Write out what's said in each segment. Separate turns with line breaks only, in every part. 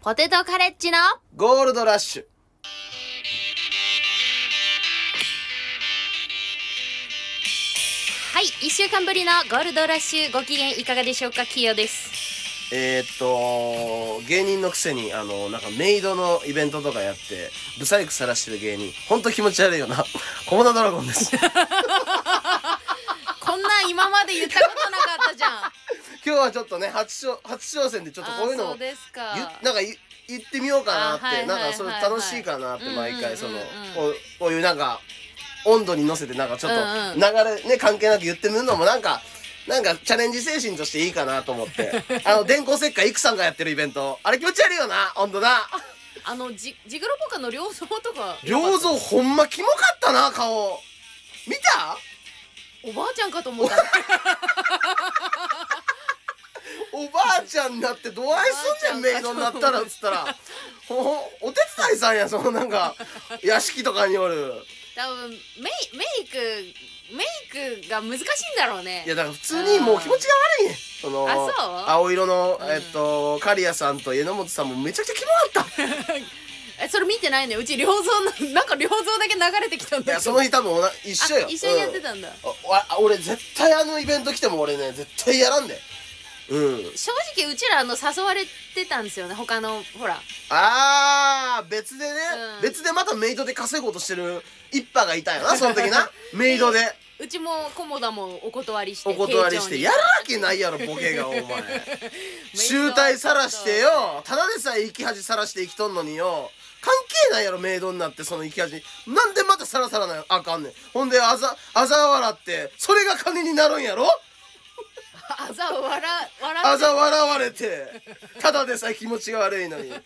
ポテトカレッジの
ゴールドラッシュ
はい、一週間ぶりのゴールドラッシュご機嫌いかがでしょうか、キヨです。
えー、っと芸人のくせにあのなんかメイドのイベントとかやってブサイクさらしてる芸人ほんと気持ち悪いよな コモダドラゴンです
こんなん今まで言ったことなか ったじゃん。
今日はちょっとね初挑初挑戦でちょっとこういうの
あー
を
そうですか。
ゆなんかい言ってみようかなって、
あはいはい
なんかそれ楽しいかなって
はいはい
毎回その、
うんうん
こうこういうなんか温度に乗せてなんかちょっと
うんうん
流れね関係なく言ってみるのもなんかなんかチャレンジ精神としていいかなと思って あの電光石火いくさんがやってるイベントあれ気持ち悪いよな温度な
あのジジグロポカの良造と か。
良造ほんまキモかったな顔見た
おばあちゃんかと思 った。おば
おばあちゃんになって度合いすんねんメイドになったらっつったらほほお手伝いさんやそのなんか屋敷とかにおる。
多分メイメイクメイクが難しいんだろうね
いやだから普通にもう気持ちが悪いねんその
あそう
青色の、
うん
えっと刈谷さんと榎本さんもめちゃくちゃキモかった い
えそれ見てないねうち良造のなんか良造だけ流れてきたんだけど
やその日多分おな一緒よ
あ一緒にやってたんだ、
うんおわあ俺絶対あのイベント来ても俺ね絶対やらんでうん
正直うちらあの誘われてたんですよね他のほら
あー別でね、
うん
別でまたメイドで稼ごうとしてる一派がいたよ なその時なメイドで
うちもコモダもお断りして
お断りし
丁重
て
に
やるわけないやろボ ケがお前集大さらしてよただでさえ生き恥さらして生きとんのによ関係ないやろメイドになってその生き恥なんでまたさらさらなあかんねんほんであざあざ笑ってそれが金になるんやろ
あざを笑笑
あ
って
ざ笑われてただでさえ気持ちが悪いのになん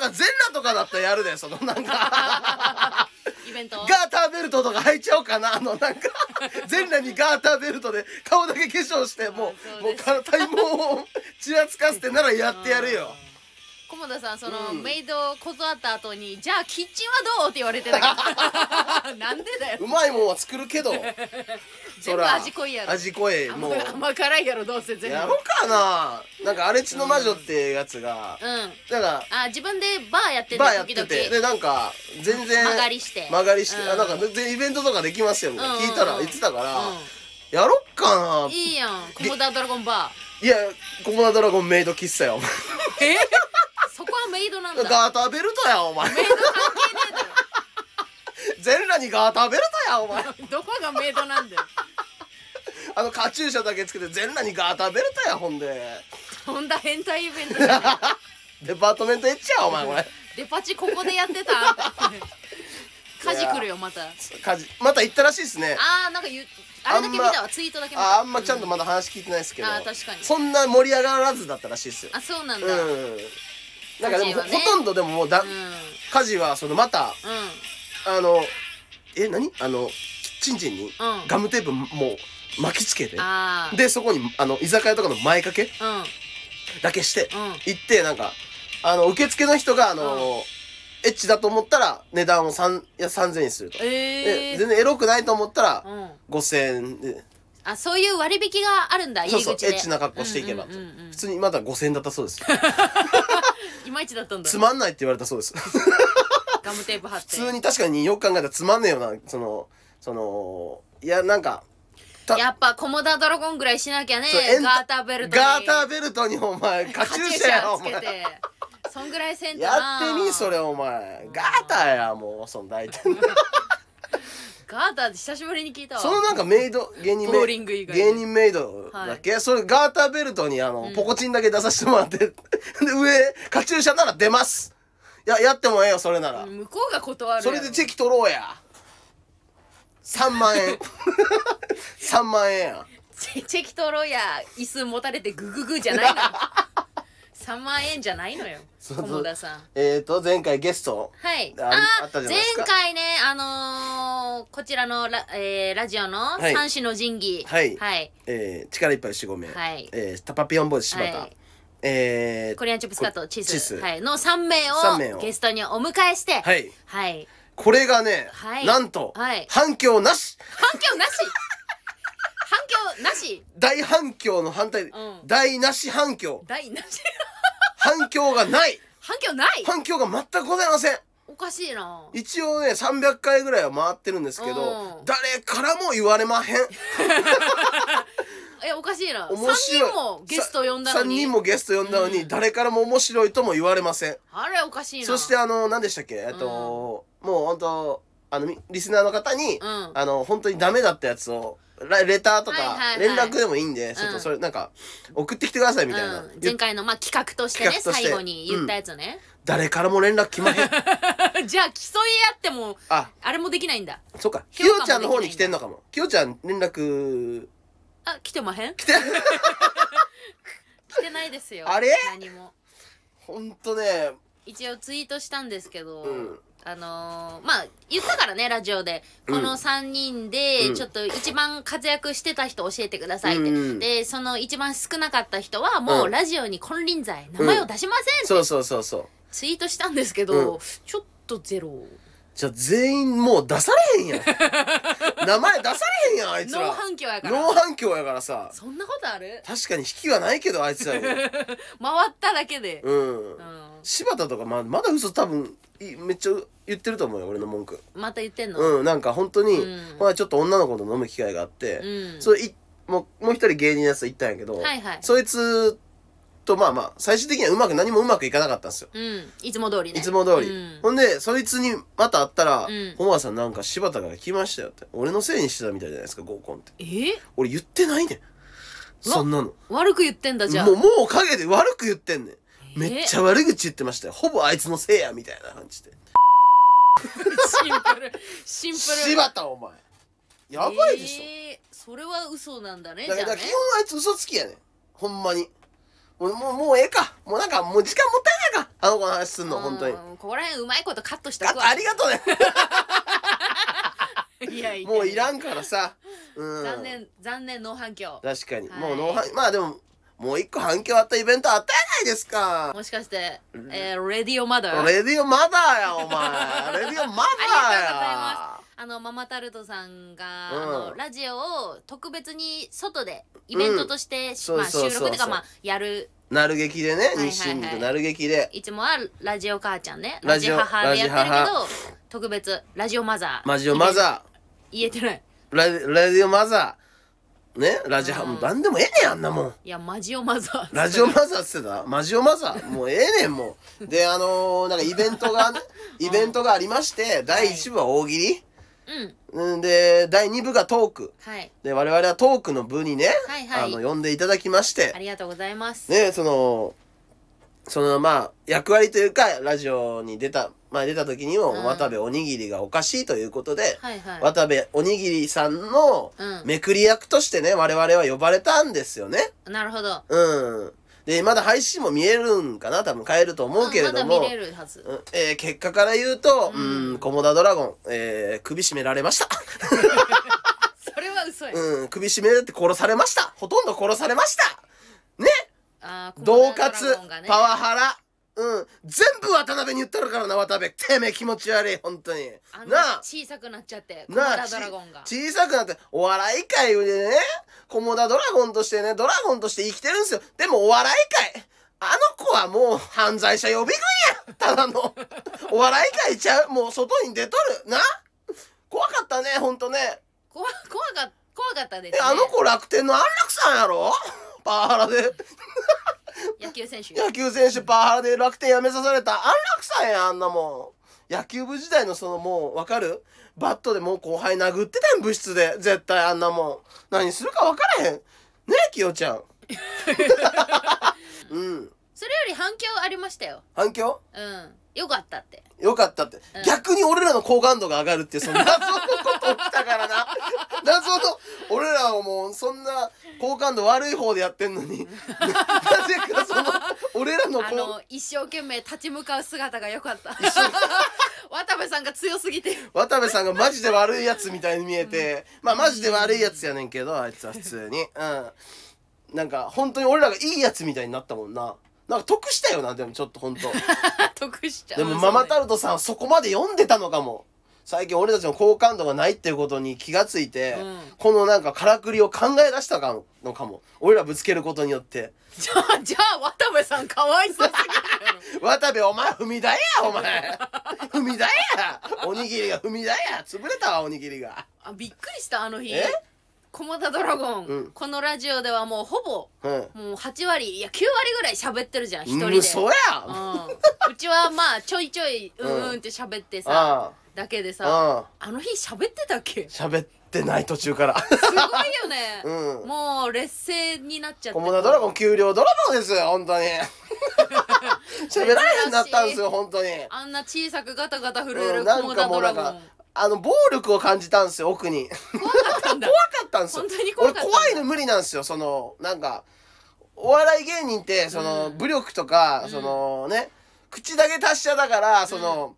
か全裸とかだったらやるでそのなんか
イベント
ガーターベルトとか履いちゃおうかなあのなんか 全裸にガーターベルトで顔だけ化粧しても
あ
う
そう
もう
です
体毛をちらつかせてならやってや るよ
コモダさんその、
うん
メイドを断った後にじゃあキッチンはどうって言われてた からなんでだよ
うまいもんは作るけど
全部
そら
味濃いやろ
味濃いも
甘
う
甘辛いやろどうせ全部
やろうかななんか「荒地の魔女」ってやつが
うん
だか
あ自分でバーやってて
らバーやっ
時
て
々
てでなんか全然
曲がりして
曲がりして
うん
あなんか全然イベントとかできますよみたいな
うん
聞いたら言ってたから
う、
やろっかなん
いいやんコモダドラゴンバ
いやコモダドラゴンメイド喫茶よ
ーえ そこはメイドなんだメイド関
ガーターベルトやお前
係ね
全裸にガーターベルトやお前
えだ ろどこがメイドなんだよ
あのカチューシャだけつけて全裸にガーターベルトやほんで
とんだ変態イベントだね
デパートメントエッチやお前これ
デパ地ここでやって たあんた火事来るよまた
家事また行ったらしいですね
あーなんかゆあれだけ見たわツイートだけ見た
ああんまちゃんとまだ話聞いてないですけど、
うんあー確かに
そんな盛り上がらずだったらしいですよ
あそうなん
う
だ
ん
うんうん
なんかで
家事
もほ,、
はね
とんどでももうだ、家事はそのまたあのえ何あのチンチンに
うん
ガムテープもう巻きつけて、
ああ
でそこにあの居酒屋とかの前掛け
うん
だけして、
うん
行ってなんかあの受付の人があの、
うん
エッチだと思ったら値段を3いや3000円にすると、
え
で
え
全然エロくないと思ったら
うん
5000円で
あそういう割引があるんだ入
そう
り
そう
口で
エッチな格好していけば
う
と、
んうんうんうん
普通にまだ5000円だったそ うです
いまいちだったんだ
つまんないって言われたそうです普
ガムテープ貼って
通に確かによく考えたらつまんねえよなそのそのいやなんかた
やっぱコモダドラゴンぐらいしなきゃね
そうエンタ
ガーターベルトに
ガーターベルトにお前カチューシャやお
カチュ
前
ーシャつけてそんぐらいせんと
や
な
ってみそれお前ガーターやもうその大体
ガーターって久しぶりに聞いたわ
そのなんかメイド芸人
ボ
メ
ー
イ
リング以外で
芸人メイドだっけ、それガーターベルトにあの、ポコチンだけ出させてもらって で上カチューシャなら出ますいややってもええよそれなら、
向こうが断る
それでチ
ェ
ェキ取ろうや3万円3万円や
チェチェキ取ろうや椅子持たれてグググじゃ ないのよ3万円じゃないのよ
そうそう
友田さん
えーと前回ゲスト
はい
ああったじゃないですか
前回ねあのーこちらのラ,、えーラジオの
はい
三種の神器
はい
はい、
えー、力いっぱい45名、
はい
えータパピオンボーイズ柴田、
はい
えー
コリアンチョップスカートチーズ
チーズ
はい、の3名を
三名を
ゲストにお迎えして、
はいい
はい、
これがね、
はい
なんと、
はい
反響なし
反響なし反響なし
大反響の反対、
ん
大なし反響
大なし
反響がない
反響ない
反響が全くございません
おかしいな
一応ね300回ぐらいは回ってるんですけど、
うん
誰からも言われまへん
えおかしいな3
面白い
人もゲスト呼んだの
3
に
人もゲスト呼んだのに、
うん
誰からも面白いとも言われません
あれおかしいな
そしてあの何でしたっけえっと、もう本当あのみリスナーの方
う
に、
ん
あの本当にダメだったやつをラレターとか
はいはい
連
はい
絡でもいいんで、ちょっとそれなんか送ってきてくださいみたいな、
うん、前回のまあ企画としてね
企画として
最後に言ったやつね、
誰からも連絡来まへん
じゃあ競い合っても
あ
あれもできないんだ
そっかき
評価も
よちゃんの方に来てんのかもきよちゃん連絡
あ来てまへん来
て
来てないですよ
あれ
何も
ほんとね
一応ツイートしたんですけど、
うん
あのーまあ言ったからねラジオでこの3人で、
うん
ちょっと一番活躍してた人教えてくださいって、
うん
でその一番少なかった人はも
う
うんラジオに金輪際名前を出しませんって
そうそうそうそう
ツイートしたんですけど、
う
ちょっとゼロ
じゃあ全員もう出されへん やん名前出されへんやんあいつら
ノー反響やから
ノー反響やからさ
そんなことある
確かに引きはないけどあいつらに
回っただけで、
うん
うん
柴田とかままだ嘘多分いめっちゃ言ってると思うよ俺の文句
また言ってんの、
うんなんか本当に、
うん
まあちょっと女の子と飲む機会があって、
うん
それいもうもう一人芸人のやつと行ったんやけど、
はいはい
そいつとまあまあ最終的にはうまく何もうまくいかなかったんですよ
うん、いつも通りね
いつも通り、
うん
ほんでそいつにまた会ったら
うん
「ホ、マ、さんなんか柴田から来ましたよ」って俺のせいにしてたみたいじゃないですか合コンって
え
俺言ってないねん
うわ
そんなの
悪く言ってんだじゃあ
もうもう陰で悪く言ってんねん
え
めっちゃ悪口言ってましたよほぼあいつのせいやみたいな感じで
シンプルシンプル
柴田お前やばいでしょ、
えーそれは嘘なんだねじゃ
だか
あ
ら
ね
基本あいつ嘘つきやねんほんまにもうもうもうええかもうなんかもう時間もったいないかあの子の話すんの本当に
うんここら辺うまいことカットしと
あ
くわ
ありがとうね
い やいや
もういら
ん
んからさうん
残念残念ノー反響
確かに、
はい
もうノーハンまあでももう一個反響あったイベントあったやないですか
もしかして、えー、レディオマダー
レディオマダーやお 前レディオマ
あ
ダ
あのママタルトさんが、
うん
あのラジオを特別に外でイベントとして、
うん
まあ、
そうそうそうそう
収録というか、まあ、やる
ーなる劇でね
いはいはい
日進塾なる劇で、
いつもはラジオ母ちゃんねラ
ラ
ジ
ジ
オ
オ
母でやってるけど特別ラジオマザー
マジオマ
ー
ザ
言えてない
ーラジラジオマザーねラジハ
うん
もう何でもええねんあんなもん
いやマジオマザー
ラジオマザーっつってたマジオマザーもうええねんもうであのーなんかイベン トがねイベントがありまして第1部は大喜利、
うん
うんで第2部がトーク
はい
で我々はトークの部にね、
はいはい
あの呼んでいただきまして
ありがとうございます、
ねそのそのまあ役割というかラジオに出た前出た時にも、
うん
渡部おにぎりがおかしいということで、
はいはい
渡部おにぎりさんの
うん
めくり役としてね我々は呼ばれたんですよね
なるほど
うんでまだ配信も見えるんかな多分変えると思うけれど
まだ
も、
見れるはず
うんえー結果から言うと、
う
うんん、コモダドラゴン、えー首絞められました。
それは嘘や、
うん、首絞められて殺されました。ほとんど殺されました。ね
あーコ
恫
モダドラゴンが
喝、
ね
パワハラ。うん、全部渡辺に言ったるからな、渡辺。てめえ気持ち悪い、本当に
あ。んな
なあ、
小さくなっちゃってコモ
な
ダ
あ、
ドラゴンが
ち小さくなって、お笑い界でね、コモダドラゴンとしてね、ドラゴンとして生きてるんですよ。でもお笑い界、あの子はもう犯罪者予備軍やただ の。お笑い界ちゃうもう外に出とる。な怖かったね、ほんとね。
怖怖かっ怖かったです、
え
ね、
あの子楽天の安楽さんやろパワハラで。
野球選手
野球選手パワハラで楽天辞めさされた安楽さんやあんなもん野球部時代のそのもうわかるバットでもう後輩殴ってたん部室で絶対あんなもん何するか分からへんねえきよちゃ んうん
それより反響ありましたよ
反響
うんよかったって
よかったって、
うん
逆に俺らの好感度が上がるっていうその謎のこと起きたからな謎の俺らはもうそんな好感度悪い方でやってん のになぜかその俺らの
あ
好
の一生懸命立ち向かう姿が良かった 渡部さんが強すぎて
渡部さんがマジで悪いやつみたいに見えて、まあマジで悪いやつやねんけどあいつは普通にうんなんか本当に俺らがいいやつみたいになったもんななんか得し たよなでもちょっと本当
得しちゃう
でもママタ
ル
ルトさんはそこまで読んでたのかも最近俺たちの好感度がないっていうことに気がついて、
うん
このなんかからくりを考え出したかものかも俺らぶつけることによって
じゃあじゃあ渡部さんかわいそうすぎ るやろ
渡部お前踏み台や お前踏み台やおにぎりが踏み台や潰れたわおにぎりが
あびっくりしたあの日
え
駒田ドラゴン、
うん
このラジオではもうほぼ
うん
もう8割いや9割ぐらい喋ってるじゃん一人で、
うんそうや
う
あ
んうちはまあちょいちょいう
うん
んうんって喋ってさ、
あ
だけでさ、
ああ
あの日喋ってたっ けす
喋ってない途中から
ごいよね、
うん
もう劣勢になっちゃって
コモダドラゴン給料ドラゴンですよ本 当に喋られへんなったんですよ本当に
あんな小さくガタガタ震え
う
る
んな
コ
ん
モ
か
ダ
も
ド
うな
ラ
ん
ゴン、
かあの暴力を感じたんですよ奥に
怖かったんだ
怖かったんですよ
本当に怖かった
俺怖いの無理なんですよそのなんかお笑い芸人ってその、
うん
武力とか、
うん
そのね口だけ達者だからその、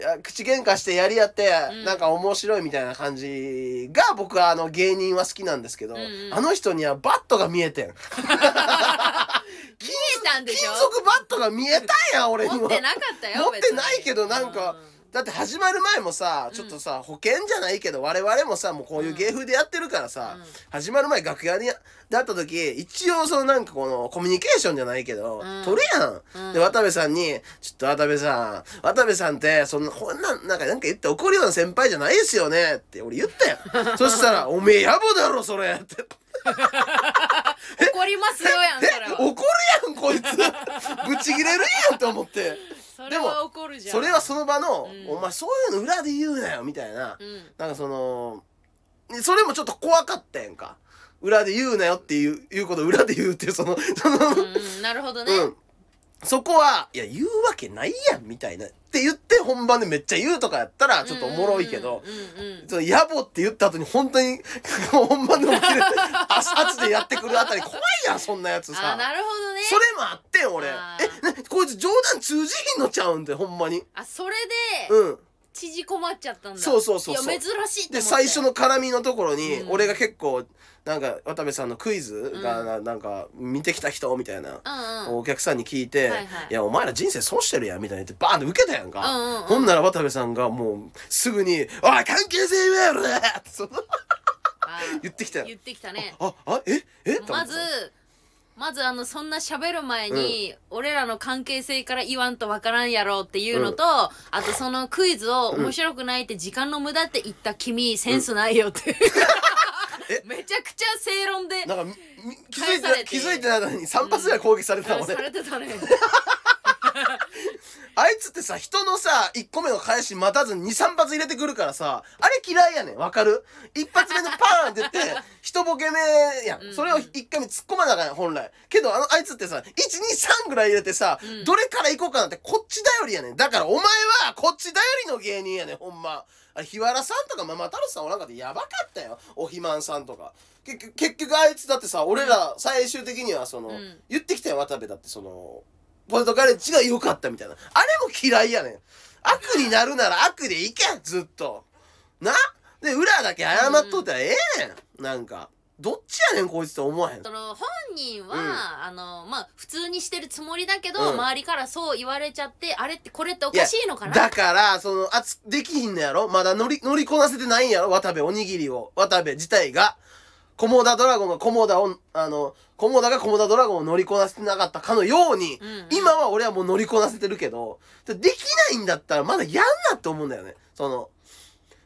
いや口喧嘩してやり合って、
うん
なんか面白いみたいな感じが僕はあの芸人は好きなんですけど、
うんうん
あの人にはバットが見 えてん
見えたんで
金
しょ
属バットが見えたんや俺には
持ってなかったよ
持ってないけど
別に
なんか
うん
だって始まる前もさちょっとさ、保険じゃないけど我々もさもうこういう芸風でやってるからさ、
うん
始まる前楽屋にだった時一応そのなんかこのコミュニケーションじゃないけど、
うん
取るやん、
うん
で渡部さんに「ちょっと渡部さん渡部さんってそんなこんなんなんかなんか言って怒るような先輩じゃないですよね」って俺言っ たよそしたら「おめえ野暮だろそれ」って
怒りますよやんそれ
え
は
怒るやんこいつ ぶち切れるやんと思って
そ
で
れ
も
は怒るじゃん
それはその場の
う
「
ん
お前そういうの裏で言うなよ」みたいな。
うん
なんかその、ねそれもちょっと怖かったやんか。裏で言うなよっていう、いうことを裏で言うっていう、その、その、
うんうんなるほどね、
うん。そこは、いや、言うわけないやん、みたいな。って言って本番でめっちゃ言うとかやったら、ちょっとおもろいけど、
うんうんうんうん
その野暮って言った後に本当に、 本番でも切れて、圧圧でやってくるあたり怖いやん、そんなやつ
あ
さ。
なるほどね
それもあってん、俺。え
あ、
ねこいつ冗談通じひんのちゃうんで、ほんまに。
あそれで
うん。
縮こまっちゃったんだ
そうそうそうそう
や珍しいと思って
で最初の絡みのところに、
うん
俺が結構なんか渡部さんのクイズがな,、なんか見てきた人みたいな、
うんうん
お客さんに聞いて「
はいはい
いやお前ら人生損してるやん」みたいな言ってバーンって受けたやんか、
うんうんうん
ほんなら渡部さんがもうすぐに「おい関係性やろ!」ってその
あ
言ってきたよ
言ってきたね
ああええ
まずまずあのそんな喋る前に、俺らの関係性から言わんとわからんやろうっていうのと、あとそのクイズを面白くないって時間の無駄って言った君センスないよって
え
めちゃくちゃ正論で
なんかみみ気づい
返され
て
て
気づいてないのに3発ぐらい攻撃されてたもんね、
されてた ね
あいつってさ、人のさ、1個目の返し待たずに2、3発入れてくるからさ、あれ嫌いやねん、わかる一発目のパーンって言 って、一ボケ目や
うんうん
ん。それを1回目突っ込まなあかんやん、本来。けど、あの、あいつってさ、1、2、3ぐらい入れてさ、
ん
どれから行こうかなって、こっち頼りやねん。だから、お前は、こっち頼りの芸人やねん、ほんま。あれ、日原さんとかママ太郎さんおらんかってやばかったよ。おひまんさんとか。け結局、あいつだってさ、俺ら、最終的には、その、
うん
言ってきたよ、渡部だって、その、ポテトカレッジが良かったみたいな。あれも嫌いやねん。悪になるなら悪でいけずっと。なで、裏だけ謝っとったらええねん。なんか、どっちやねんこいつって思わへん。
その本人は、
うん
あのまあ普通にしてるつもりだけど、
うん
周りからそう言われちゃってあれってこれっておかしいのかな
だから、その、あつ、できひんのやろまだ乗り、乗りこなせてないんやろ渡部おにぎりを。渡部自体が。コモダドラゴンがコモダを、あの、コモダがコモダドラゴンを乗りこなせてなかったかのように、
うんうん
今は俺はもう乗りこなせてるけど、できないんだったらまだやんなって思うんだよね。その、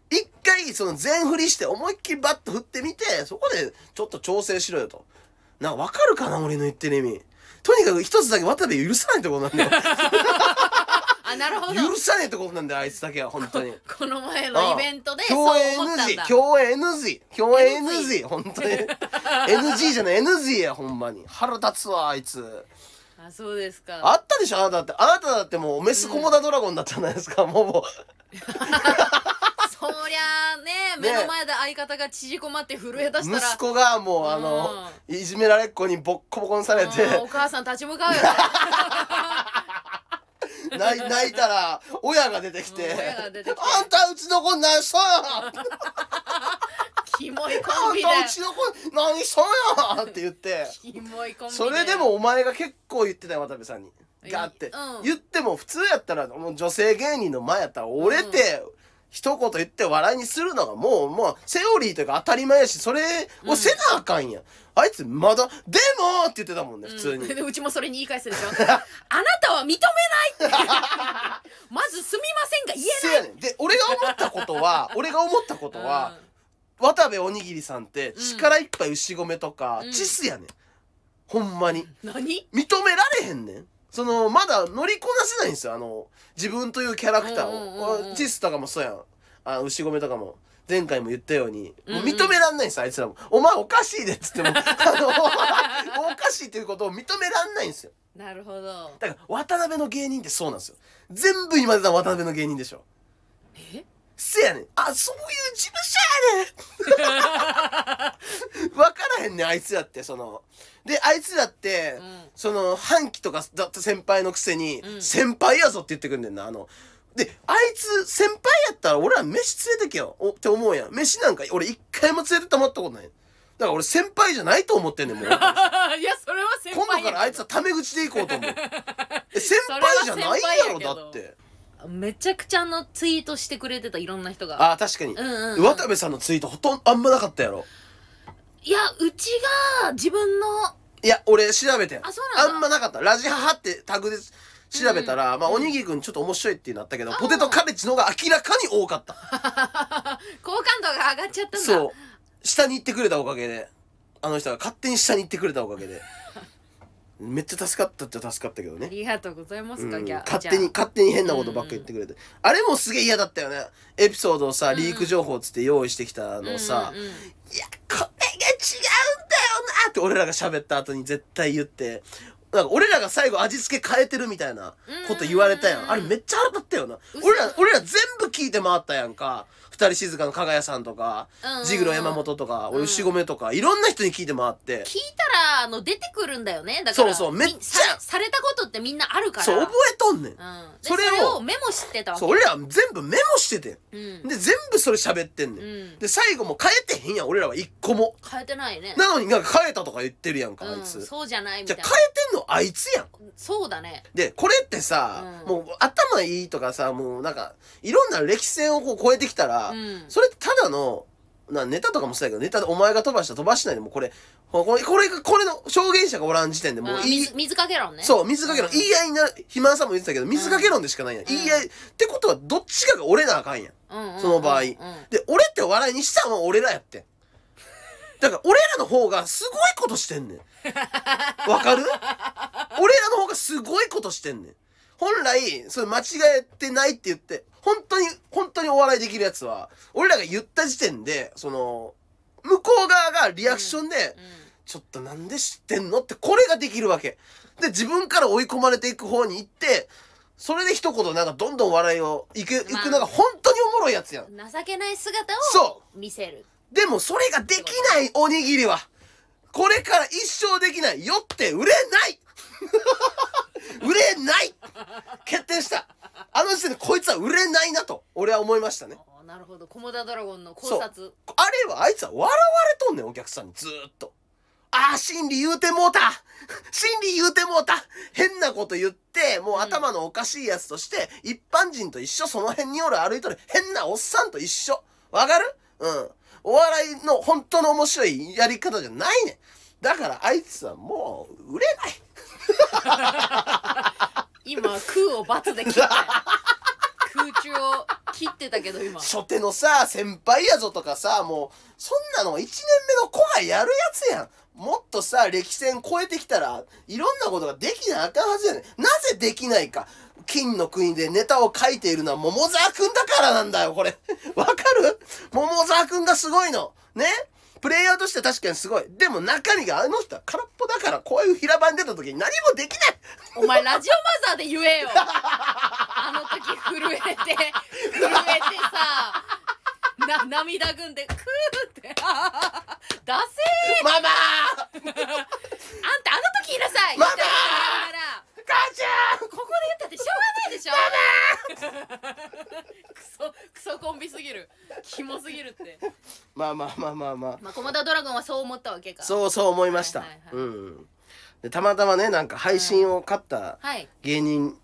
一回その全振りして思いっきりバッと振ってみて、そこでちょっと調整しろよと。なんかわかるかな俺の言ってる意味。とにかく一つだけ渡部許さないってことなんだよ。
あなるほど
許さねえってことなんだよ、あいつだけは、本当に。
この前のイベントでそう
共演
思ったんだ
NG、共演 NG、共演
NG
NG、本 当に。NG じゃない、NG や、ほんまに。腹立つわ、あいつ。
あそうですか
あったでしょ、あなただって。あなただってもう、メスコモダドラゴンだったじゃないですか、もうも
そりゃあね目の前で相方が縮こまって震え出
う。
したら
息子がもう、あの、いじめられっ子にボッコボコにされて、
うんお母さん立ち向 かうよ、
泣い泣いたら、親が出てきて、
うん親が出てきて
あんたうちの子何しとんや
キモいコ
あ
ンビ
ん
だ
た
よ
うちの子何しとんやって言って。
キモいコンビだよ
それでもお前が結構言ってたよ渡部さんにガーって、
うん
言っても普通やったらもう女性芸人の前やったら折れて、一言言って笑いにするのがもう、もう、セオリーというか当たり前やし、それをせなあかんやん。あいつまだ、でもって言ってたもんね、普通に。
うん、でうちもそれに言い返すでしょあなたは認めないっ てまずすみませんが言
せ
え
や
ない
ねん。で、俺が思ったこ とは、俺が思ったことは、渡部おにぎりさんって
ん
力いっぱい牛込めとか、
うん
チスやねん。ほんまに。
うん何
認められへんねん。その、まだ乗りこなせないんですよ、あの、自分というキャラクター
うんうんうんうん
を。チスとかもそうやん。あ、牛込めとかも。前回も言ったように、もう
うんうん
認めらんないんですよ、あいつらも。お前おかしいでっつ っても、あの、おかしいっていうことを認めらんないんですよ。
なるほど
だから、渡辺の芸人ってそうなんですよ。全部今出た渡辺の芸人でしょ。
え
せやねん。あ、そういう事務所やねん。わからへんねん、あいつらって、その。で、あいつらって、
うん
その、半期とかだった先輩のくせに、
うん
先輩やぞって言ってくんねんな、あの。で、あいつ、先輩やったら俺ら飯連れてけよ、おって思うやん。飯なんか俺一回も連れてたまったことない。だから俺先輩じゃないと思ってんねん、 もう。
いやそれは先
今
輩
度からあ
や
いつはタメ口で行こう と思う。え先輩じゃないやろ、
それは先輩やけど
だって。
めちゃくちゃあのツイートしてくれてたいろんな人が
ああ、確かに。
うんうんうん
渡部さんのツイートほとんどあんまなかったやろ。
いやうちが自分の
いや、俺調べてん。
あそうなんだ
あんまなかった。ラジハハってタグで調べたら、まあ、おにぎりくんちょっと面白いってなったけど、ポテトカレッジの方が明らかに多かった。
好感度が上がっちゃったんだ
そう。下に行ってくれたおかげで。あの人が勝手に下に行ってくれたおかげ で。めっちゃ助かったっちゃ助かったけど
あ
ね。
りがとうございますか、
うん
ギャ
勝手に、
じゃあ
勝手に変なことばっか言ってくれて。あれもすげえ嫌だったよね。エピソードをさ、リーク情報つって用意してきたのをさ、
うんうんうん
いや、これが違うんだよなって俺らが喋った後に絶対言って、なんか俺らが最後味付け変えてるみたいなこと言われたや。
うんうんん
あれめっちゃ腹立ったよな。
嘘
俺ら、俺ら全部聞いて回ったやんか。二人静かの加賀谷さんとか
うんうんう、ん
ジグロ山本とか、
うん
俺牛込とか、いろんな人に聞いて回って。
聞いたらあの出てくるんだよねだから
そうそうめっちゃ
みさされたことってみんなあるから
そう、覚えとんねん。
うん、で
そ
そ
れ
れ
を
をメモしてたわけ
そう、俺ら全部メモしててん。
うん、
で、全部それ喋ってんね
うん
ん。で、最後も変えてへんやん、俺らは一個も。
変えてないね
なのになんか変えたとか言ってるやんか、あ
う
い
ん、
つ。
そうじゃないみ
じ
た
ゃ
い
あ
な
変えてんのあいつやん。
そうだね
で、これってさ、
うん
もう頭いいとかさ、もうなんか、いろんな歴戦をこう超えてきたら、
うん
それってただの、なネタとかもそうやけど、ネタでお前が飛ばした飛ばしないでもうこれ、これ、これが、これの証言者がおらん時点でもう
あ
いい、
水水かけろね
そう、水かけ論、
うん
言い合いになる、肥満さんも言ってたけど、水かけ論でしかないやん。
ん
言い合い、ってことはどっちかが折れなあかんやん。
うんうんうん
その場合
うん
で、俺って笑いにしたのは俺らやってん。だから、俺らの方がすごいことしてんねん。わかる俺らの方がすごいことしてんねん。本来、それ間違えてないって言って、本当に、本当にお笑いできるやつは、俺らが言った時点で、その、向こう側がリアクションで、ちょっとなんで知ってんのって、これができるわけ。で、自分から追い込まれていく方に行って、それで一言なんかどんどん笑いを、いく、いくのが本当におもろいやつやん。
うん情けない姿
そう
を見せる
でもそれができないおにぎりは、これから一生できない。よって売れない 売れない決定した。あの時点でこいつは売れないなと、俺は思いましたね。
あーなるほど駒田ドラゴンの考察
あれはあいつは笑われとんねん、お客さんにずーっと。ああ、心理言うてもうた心理言うてもうた変なこと言って、もう頭のおかしいやつとして、一般人と一緒、その辺におる歩いとる変なおっさんと一緒。わかるうん。お笑いの本当の面白いやり方じゃないねん。だからあいつはもう売れない。
今空をバツで切 ったよ空中を切ってたけど今
初手のさ、先輩やぞとかさ、もう、そんなの1年目の子がやるやつやん。もっとさ、歴戦超えてきたら、いろんなことができなあかんはずやねん。なぜできないか。金の国でネタを書いているのは桃沢くんだからなんだよ、これ。 わかる桃沢くんがすごいの。ねプレイヤーとして確かにすごい。でも中身があの人は空っぽだから、こういう平場に出た時に何もできない
お前ラジオマザーで言えよあの時震えて震えてさな涙ぐんでクーってあーダセー
ママー
あんたあの時言いなさい
ママ
みたいなら
母ちゃん
ここで言ったってしょうがないでしょママクソクソコンビすぎるキモすぎるって
まあまあまあまあまあ。
まあ駒田ドラゴンはそう思ったわけかう
そうそう思いました。
はいはいはい
うん。で、たまたまね、なんか配信を買った
はい
芸人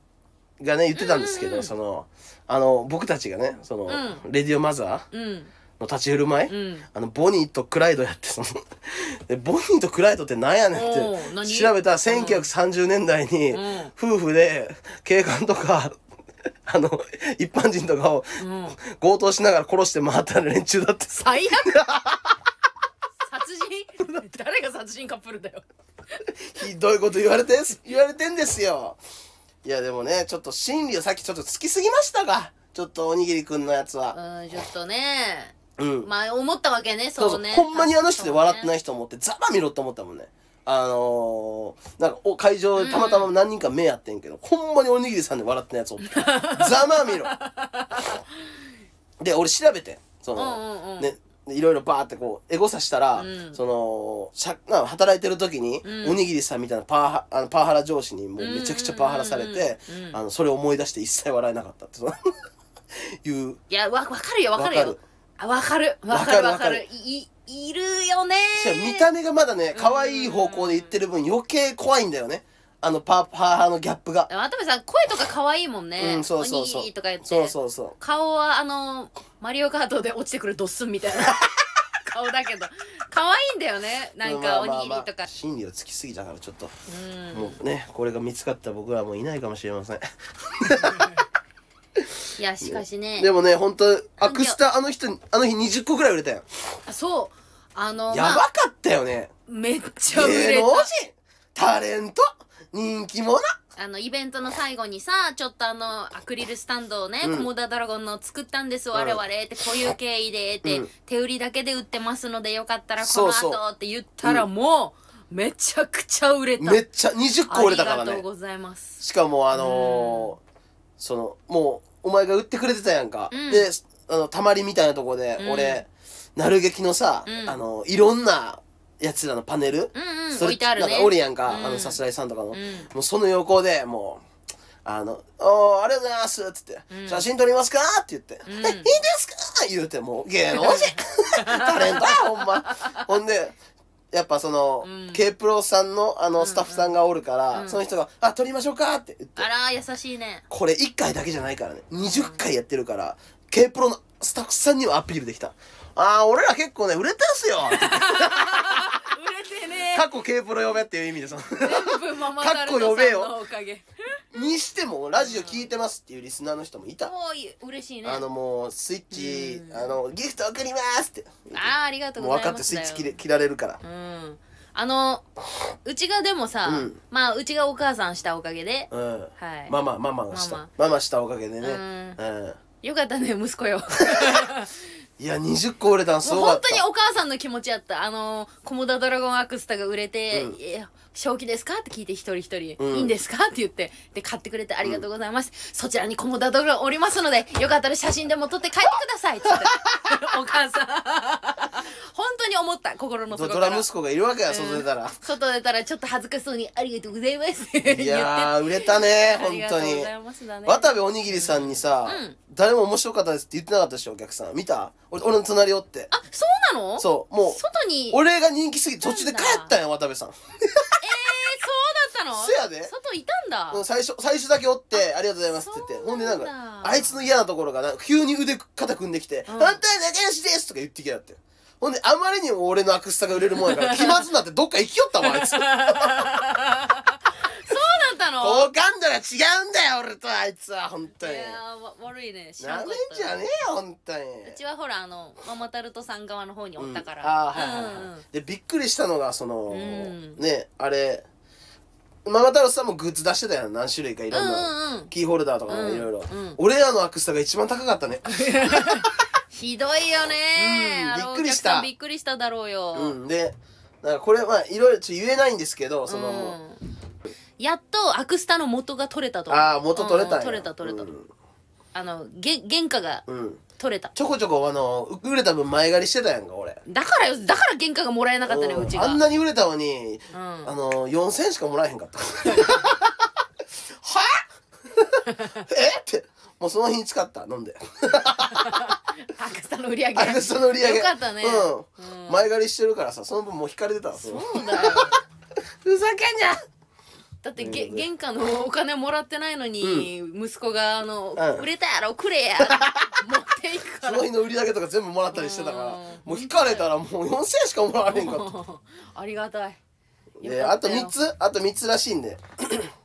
がね言ってたんですけ
う
ど、
んうんうん
そのあの僕たちがねその、
う
レディオマザ
うん
ーの立ち振る舞い、
うん
あのボニーとクライドやってその でボニーとクライドってなんやねん
お
っ
ー何
て調べたら1930年代に
うん
夫婦で警官とかあの一般人とかを
うん
強盗しながら殺して回った連中だってさ
最悪殺人誰が殺人カップルだよ
ひどいこと言われてんす言われてんですよいやでもねちょっと心理をさっきちょっとつきすぎましたがちょっとおにぎりくんのやつは
うんちょっとね
うん
まあ思ったわけね
そ
そ
うそうう
ね
ほんまにあの人で笑ってないい人思ってざま見ろって思ったもんねあのー、なんかお会場でたまたま何人か目やってん けど、ほんまにおにぎりさんで笑ってないやつおってざま見ろで俺調べてんその、
うんうんうん
ねでいろいろバーってこうエゴサしたら、
うん
そのしゃなんか働いてる時に、
うん
おにぎりさんみたいなパワハあのパワハラ上司にもうめちゃくちゃパワハラされて、
うんうんうんうん
あのそれを思い出して一切笑えなかったってその いう
いやわ分かるよ分かる
わか
よ
る
あ分かる分かる
わ
分
か
か
る
るいいいるよね
しかも見た目がまだね可愛い方向でいってる分余計怖いんだよねあのパーパー派のギャップが、
渡部さん声とか可愛いもんね、
うんそうそうそ
お
う
にぎりとか言って
そうそうそ
顔はあのマリオカートで落ちてくるドッスンみたい な顔だけど可愛いんだよね
う
なん
ま
か
あ
お
まあ
にぎりと
ま
か
あ、心理をつきすぎたからちょっと、
うん
もうねこれが見つかった僕らはもういないかもしれません
いやしかしね
でもね本当アクスタあの人あの日20個ぐらい売れたよ
あそうあの
やば
まあ
かったよね
めっちゃ売
芸
れ
能人タレント人気者
たあのイベントの最後にさちょっとあのアクリルスタンドをね「
うん
コモダドラゴンの作ったんです我々」ってこういう経緯でって、
うん
手売りだけで売ってますのでよかったらこ
そ
の
うそう
後って言ったらもうめちゃくちゃ売れた
めっちゃ20個売れたから
ありがとう
ね
ございます
しかもあのーそのもうお前が売ってくれてたやんか、
うん
であのたまりみたいなとこで
うん
俺、なる劇のさ、
うん
あのいろんなやつらのパネル、
うんうん
それ
置いてあるね
なんかおるやんか、
うん
あのさすらいさんとか
ん
の、もうその横でもうあの「おーありがとうございます」っつって、
うん
写真撮りますか?」って言って「
ん
えいいですか?」言うてもう芸能人 タレントやほんまほんでやっぱその、
うん
K プロさんのあのスタッフさんがおるから、
うん
その人が「あ撮りましょうか?」って言って
あら優しいね
これ1回だけじゃないからね20回やってるから K プロのスタッフさんにはアピールできたああ俺ら結構ね売れてんすよ
売れてね
過去 K プロ呼べっていう意味でその
全部ママタルト
かっこ呼べ
さん
よ
のおかげ
にしてもラジオ聞いてますっていうリスナーの人もいた
おい嬉しいね
あのもうスイッチ
うん
あのギフト送りますって
あーありがとう
もう
ご
分
ざ
か
い
って
ま
ス
すだよ
イッチ切れ切られるから
うんあのうちがでもさ、
うん
まあうちがお母さんしたおかげで、
うん
はい
ママママがした
マ
ママしたおかげでね
うん
うん
よかったね息子 よもう
いや20個売れたんすごか
本
っ
当に
た
お母さんの気持ちやったあの「コモダドラゴンアクスタ」が売れて
う
「
ん
いや正気ですか?」って聞いて一人一人「
うん
いいんですか?」って言ってで買ってくれて「ありがとうございます、そちらにコモダドラゴンおりますのでよかったら写真でも撮って帰ってください」っつって お母さん本当に思った心の
ド
底
ド
か
ラ
ら
息子がいるわけや
うん
外出たら
外出たらちょっと恥ずかしそうに「ありがとうございます」 って言って
いやー売れたね
あ
本
りがとう
当
ご
に
ざいますだね
渡部おにぎりさんにさ、
うん
誰も面白かったですって言ってなかったでしょお客さん見た俺俺の隣おって
あそうなの
そうもう
外に
俺が人気すぎて途中で帰ったんや渡部さん
えー、そうだったの
せやで
外いたんだ
うん最初最初だけおってありがとうございますって言って
そ
ほ
うんな
で
んだ
なんかあいつの嫌なところがなんか急に腕肩組んできて
うん
「あんたは仲良しです!」とか言ってきやがってほんであまりにも俺の悪さが売れるもんやから気まずなってどっか行きよったもん あいつ好
そうだったの
感度が違うんだよ俺とあいつは本当
い
に
やーわ悪いね知ら
なんめ
か
ん
った
じゃねえよ本当に
うちはほらあのママタルトさん側の方におったか
うんああ
ら
はいはいはい、
うんうん
でびっくりしたのがその、
ん
ねあれママ太郎さんもグッズ出してたやん何種類かいろんな、
うんうんうん
キーホルダーとかなんかいろいろ、
うんうん
俺らのアクスタが一番高かったね
ひどいよね
うん
あの
びっくりした
お客さんびっくりしただろうよ、
うんでなんかこれまあいろいろちょっと言えないんですけどその、
うんやっとアクスタの元が取れたと思う
ああ元取れたんや、
うん取れた取れた、
うん、
あのげ原価が
うん
取れた
ちょこちょこあの売れた分前借りしてたやんか俺
だからよだから原価がもらえなかったね
うん
うちが
あんなに売れたのに、
うん
あの4000しかもらえへ んかったは ぁえってもうその日に使った飲んで
アクスタの売り上げ
あれその売り上げ
よかったね
うん前借りしてるからさその分もう引かれてたわその
そうだよ
ふざけんじゃん
だって
という
げ
ことで
玄関のお金もらってないのに、息子があの、
うん
売れたやろくれや持っていくか
そ
ら
の日の売り上げとか全部もらったりしてたから
うん
もう引かれたらもう4000円しかもらわれへんかっ
もうありがたい
たであと
よ
3
かったよ
つあと3つらしいんで、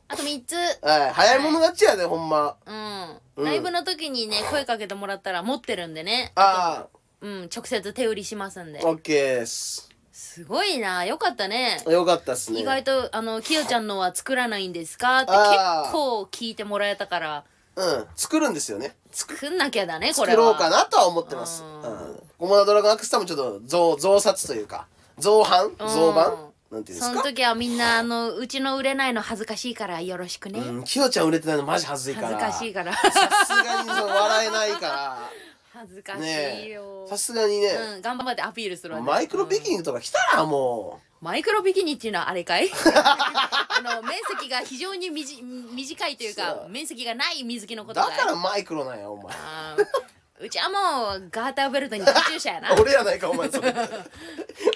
あと3つ
はい、早い者勝ちやでほんま
う、
うんん
ライブの時にね声かけてもらったら持ってるんでね
あ
うん直接手売りしますんで
あオッケーっす
すごいなよかったね
よかったっすね
意外と「あのきよちゃんのは作らないんですか?」って結
あー
構聞いてもらえたから
うん作るんですよね
作んなきゃだねこ
作
れは
ろうかなとは思ってます
うん
うんゴモナドラゴンアクスタもちょっと増増刷というか増版増版なんていうんで
そ
す
の
か
時はみんなあのうちの売れないの恥ずかしいからよろしくね、
うんキヨちゃん売れてないのマジ恥ずいか
恥ず
ら
かしいから
さすがにその笑えないか
恥ず
ら
かしい
ねえ
よ、
さすがにね、
うん、頑張ってアピールするわね
マイクロビキニとか来たらも
マイクロビキニっていうのはあれか いあの面積が非常にみじ短いというか
そう
面積がない水着の
う
こと
だ
かい
からマイクロなんやお前
あーうちはもうガーターベルトにカチューシャやな
俺やない かお前そ れ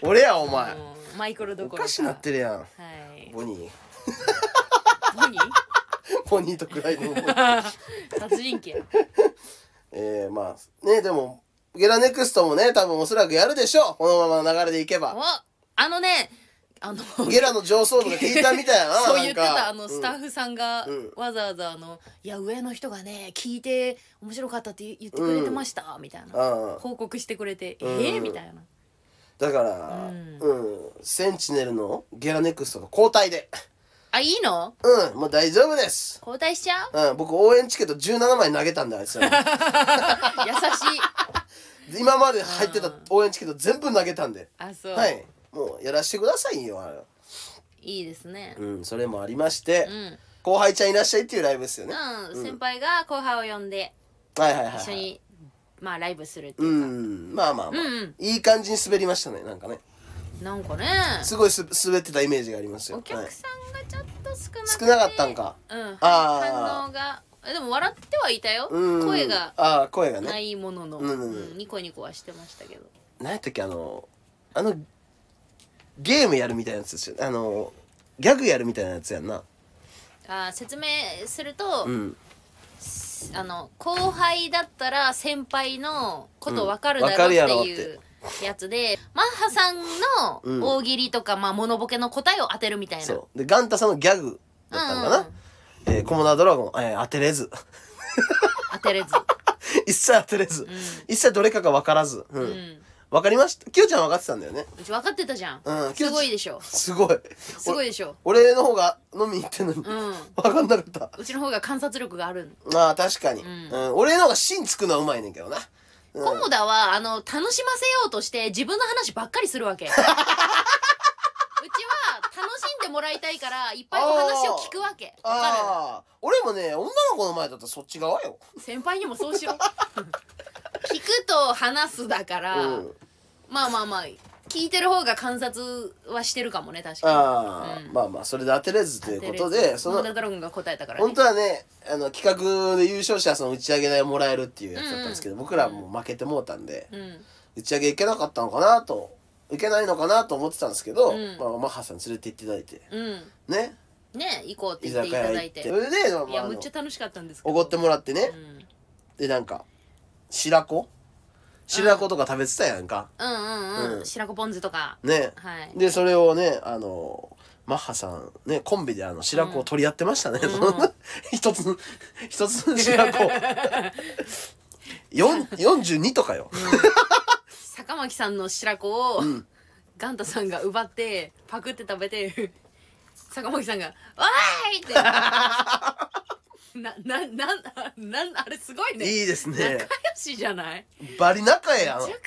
俺やお前
うんマイクロど
お
ころ
かしなってるやん
はい
ボニー
何
ボニーとくらいの
殺人鬼や
えー、まあねでもゲラネクストもね多分おそらくやるでしょうこのままの流れでいけば
おあのねあの
ゲラの上層部が聞いた みたいやな
そう言って
なん
た
か
あのスタッフさんが
うん
わざわざあの「いや上の人がね聞いて面白かったって言ってくれてました」みたいな
うんうん
報告してくれて「え
ん
ーみたいな
だから
う
うんん、センチネルのゲラネクストが交代で
あいいの
うんもう大丈夫です
交代しち ゃう
うん、僕応援チケット17枚投げたんだあいつら に
優しい
今まで入ってた応援チケット全部投げたんで
あそう、
はいもうやらしてくださいよあれ
い、いですね
うんそれもありまして、
うん、
後輩ちゃんいらっしゃいっていうライブですよね、
うん、先輩が後輩を呼んで
はいはいはいはい
一緒にまあライブするっていうう、
んまあまあまあ、
うんうん
いい感じに滑りましたねなんかね
なんかね
すごいす滑ってたイメージがありますよ
お客
はい
さんがちょっと少なくて
少なかったんか
うん
あー
反応がえでも笑ってはいたよ
うん
声が
ああ声が
な
ね
いものの、
うんうんうん
うんニコニコはしてましたけど
何やったっけあのあのゲームやるみたいなやつですよねあのギャグやるみたいなやつやんな
あー説明すると、
うん
あの後輩だったら先輩のこと分かる
うん
だろ
分かるや
う
ろ
っていうやつで、マッハさん
うん
の大喜利とか、まあ、モノボケの答えを当てるみたいな
そうでガンタさんのギャグだったのかな、
うん
えーコモナドラゴン、えー当てれず
当てれず、
一切当てれず、一切どれかが分からず、うん
うん、
分かりましたきよちゃん分かってたんだよね
うち分かってたじゃん、
うん
すごいでしょ
すごい
すごいでしょ
お俺の方が飲みに行ってんのに、
うん
分かんなかった
うちの方が観察力がある
まあ確かに、うんん俺の方が芯つくのはうまいねんけどな、うん
コモダはあの楽しませようとして自分の話ばっかりする わけうちは楽しんでもらいたいからいっぱいお話を聞くわけわか
ああ俺もね女の子の前だったらそっち側よ、
る先輩にもそうし ろ聞くと話すだから、
うん、
まあまあまあ聞いてる方が観察はしてるかもね確か
ああ、
うん
まあまあそれで当てれずということでそ
モ
の
ンダドラゴンが答えたから、ね、
本当はねあの企画で優勝者はその打ち上げ代もらえるっていうやつだったんですけど、
うん
僕らはもう負けてもうたんで、
うん
打ち上げ行けなかったのかなと行けないのかなと思ってたんですけど、
うん
まあ、マッハさん連れて行っていただいて
う
ね
んね行こうって
居
言って
酒
い
屋
ただ
行
い
って
て
それで、まあ
いや
あの
むっちゃ楽しかったんですけど
おごってもらってね
う、ん
でなんか白子白子とか食べてたやんか、
うんうんうん、
うん
白子ポン酢とか
ね、
はい
でそれをねあのマッハさんねコンビであの白子を取り合ってましたね、その 一つの一つの白子をよん42とかよ、
坂巻さんの白子を、ガンタさんが奪ってパクって食べて坂巻さんが「おーい!」 ってななななあれすごいね
いいです
仲良
ね
しじゃないめ
バリ仲ええ
ちゃ
やん
くちゃ仲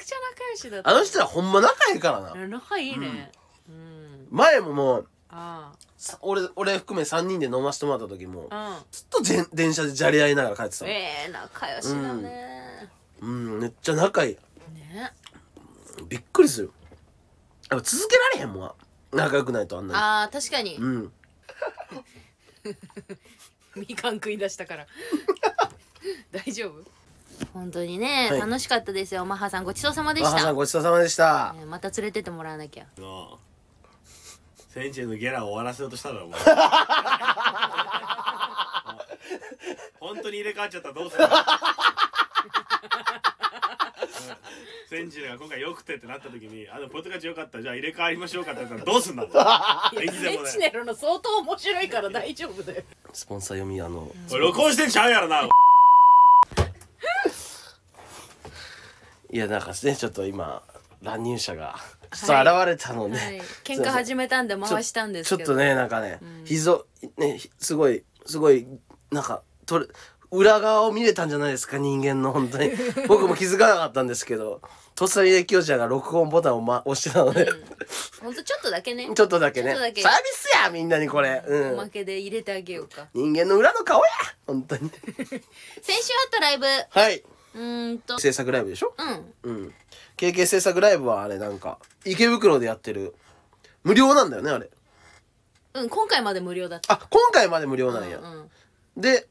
良しだった
あの人はほんま仲ええからな
仲いいねうん、
前ももう
あ
さ俺俺含め3人で飲ましてもらった時も
あ
ずっとぜん電車でじゃれ合いながら帰ってた
うん
もん
ええ仲良しだね、
うんめっちゃ仲いい
ね
びっくりするやっぱ続けられへんもん仲良くないとあんな
ああ確かに、
にうん
みかん食い出したから 大丈夫本当にね、
はい
楽しかったですよマハさんごちそうさまで
マ
し
ハさ
た、
んごちそうさまでした
ねまた連れてってもらわなきゃ
なあセンチェのゲラを終わらせようとしただろお前 本当に入れ替わっちゃったらどうする うんセンチュリーが今回良くてってなった時にあのポトカチ良かったじゃあ入れ替わりましょうかってなったらどうすんだろ う演技で
セ
も
ン
な
チ
い
ネルの相当面白いから大丈夫だよ
スポンサー読みあの
おい録音してんちゃうやろない
やなんかねちょっと今乱入者がちょっと現れたので、
はい喧嘩始めたんで回したんです
ち
け
ょっ
ど
とねなんかね膝ねひすごいすごいなんかとれ裏側を見れたんじゃないですか人間の本 当に僕も気づかなかったんですけどとっさにねきよちゃんが録音ボタンを、ま、押してたので、
ほんとちょっとだけね
ちょっとだけ
ちょ
ね
っとだけ
サービスやみんなにこれ、う
おま
ん、
けで入れてあげようか
人間の裏の顔や本当 に
先週あったライブ
はいう
ーんと
制作ライブでしょ
うん
うん。KK 制作ライブはあれなんか、池袋でやってる。無料なんだよね、あれ。
うん今回まで無料だった
あ、今回まで無料なんや。
うん
で、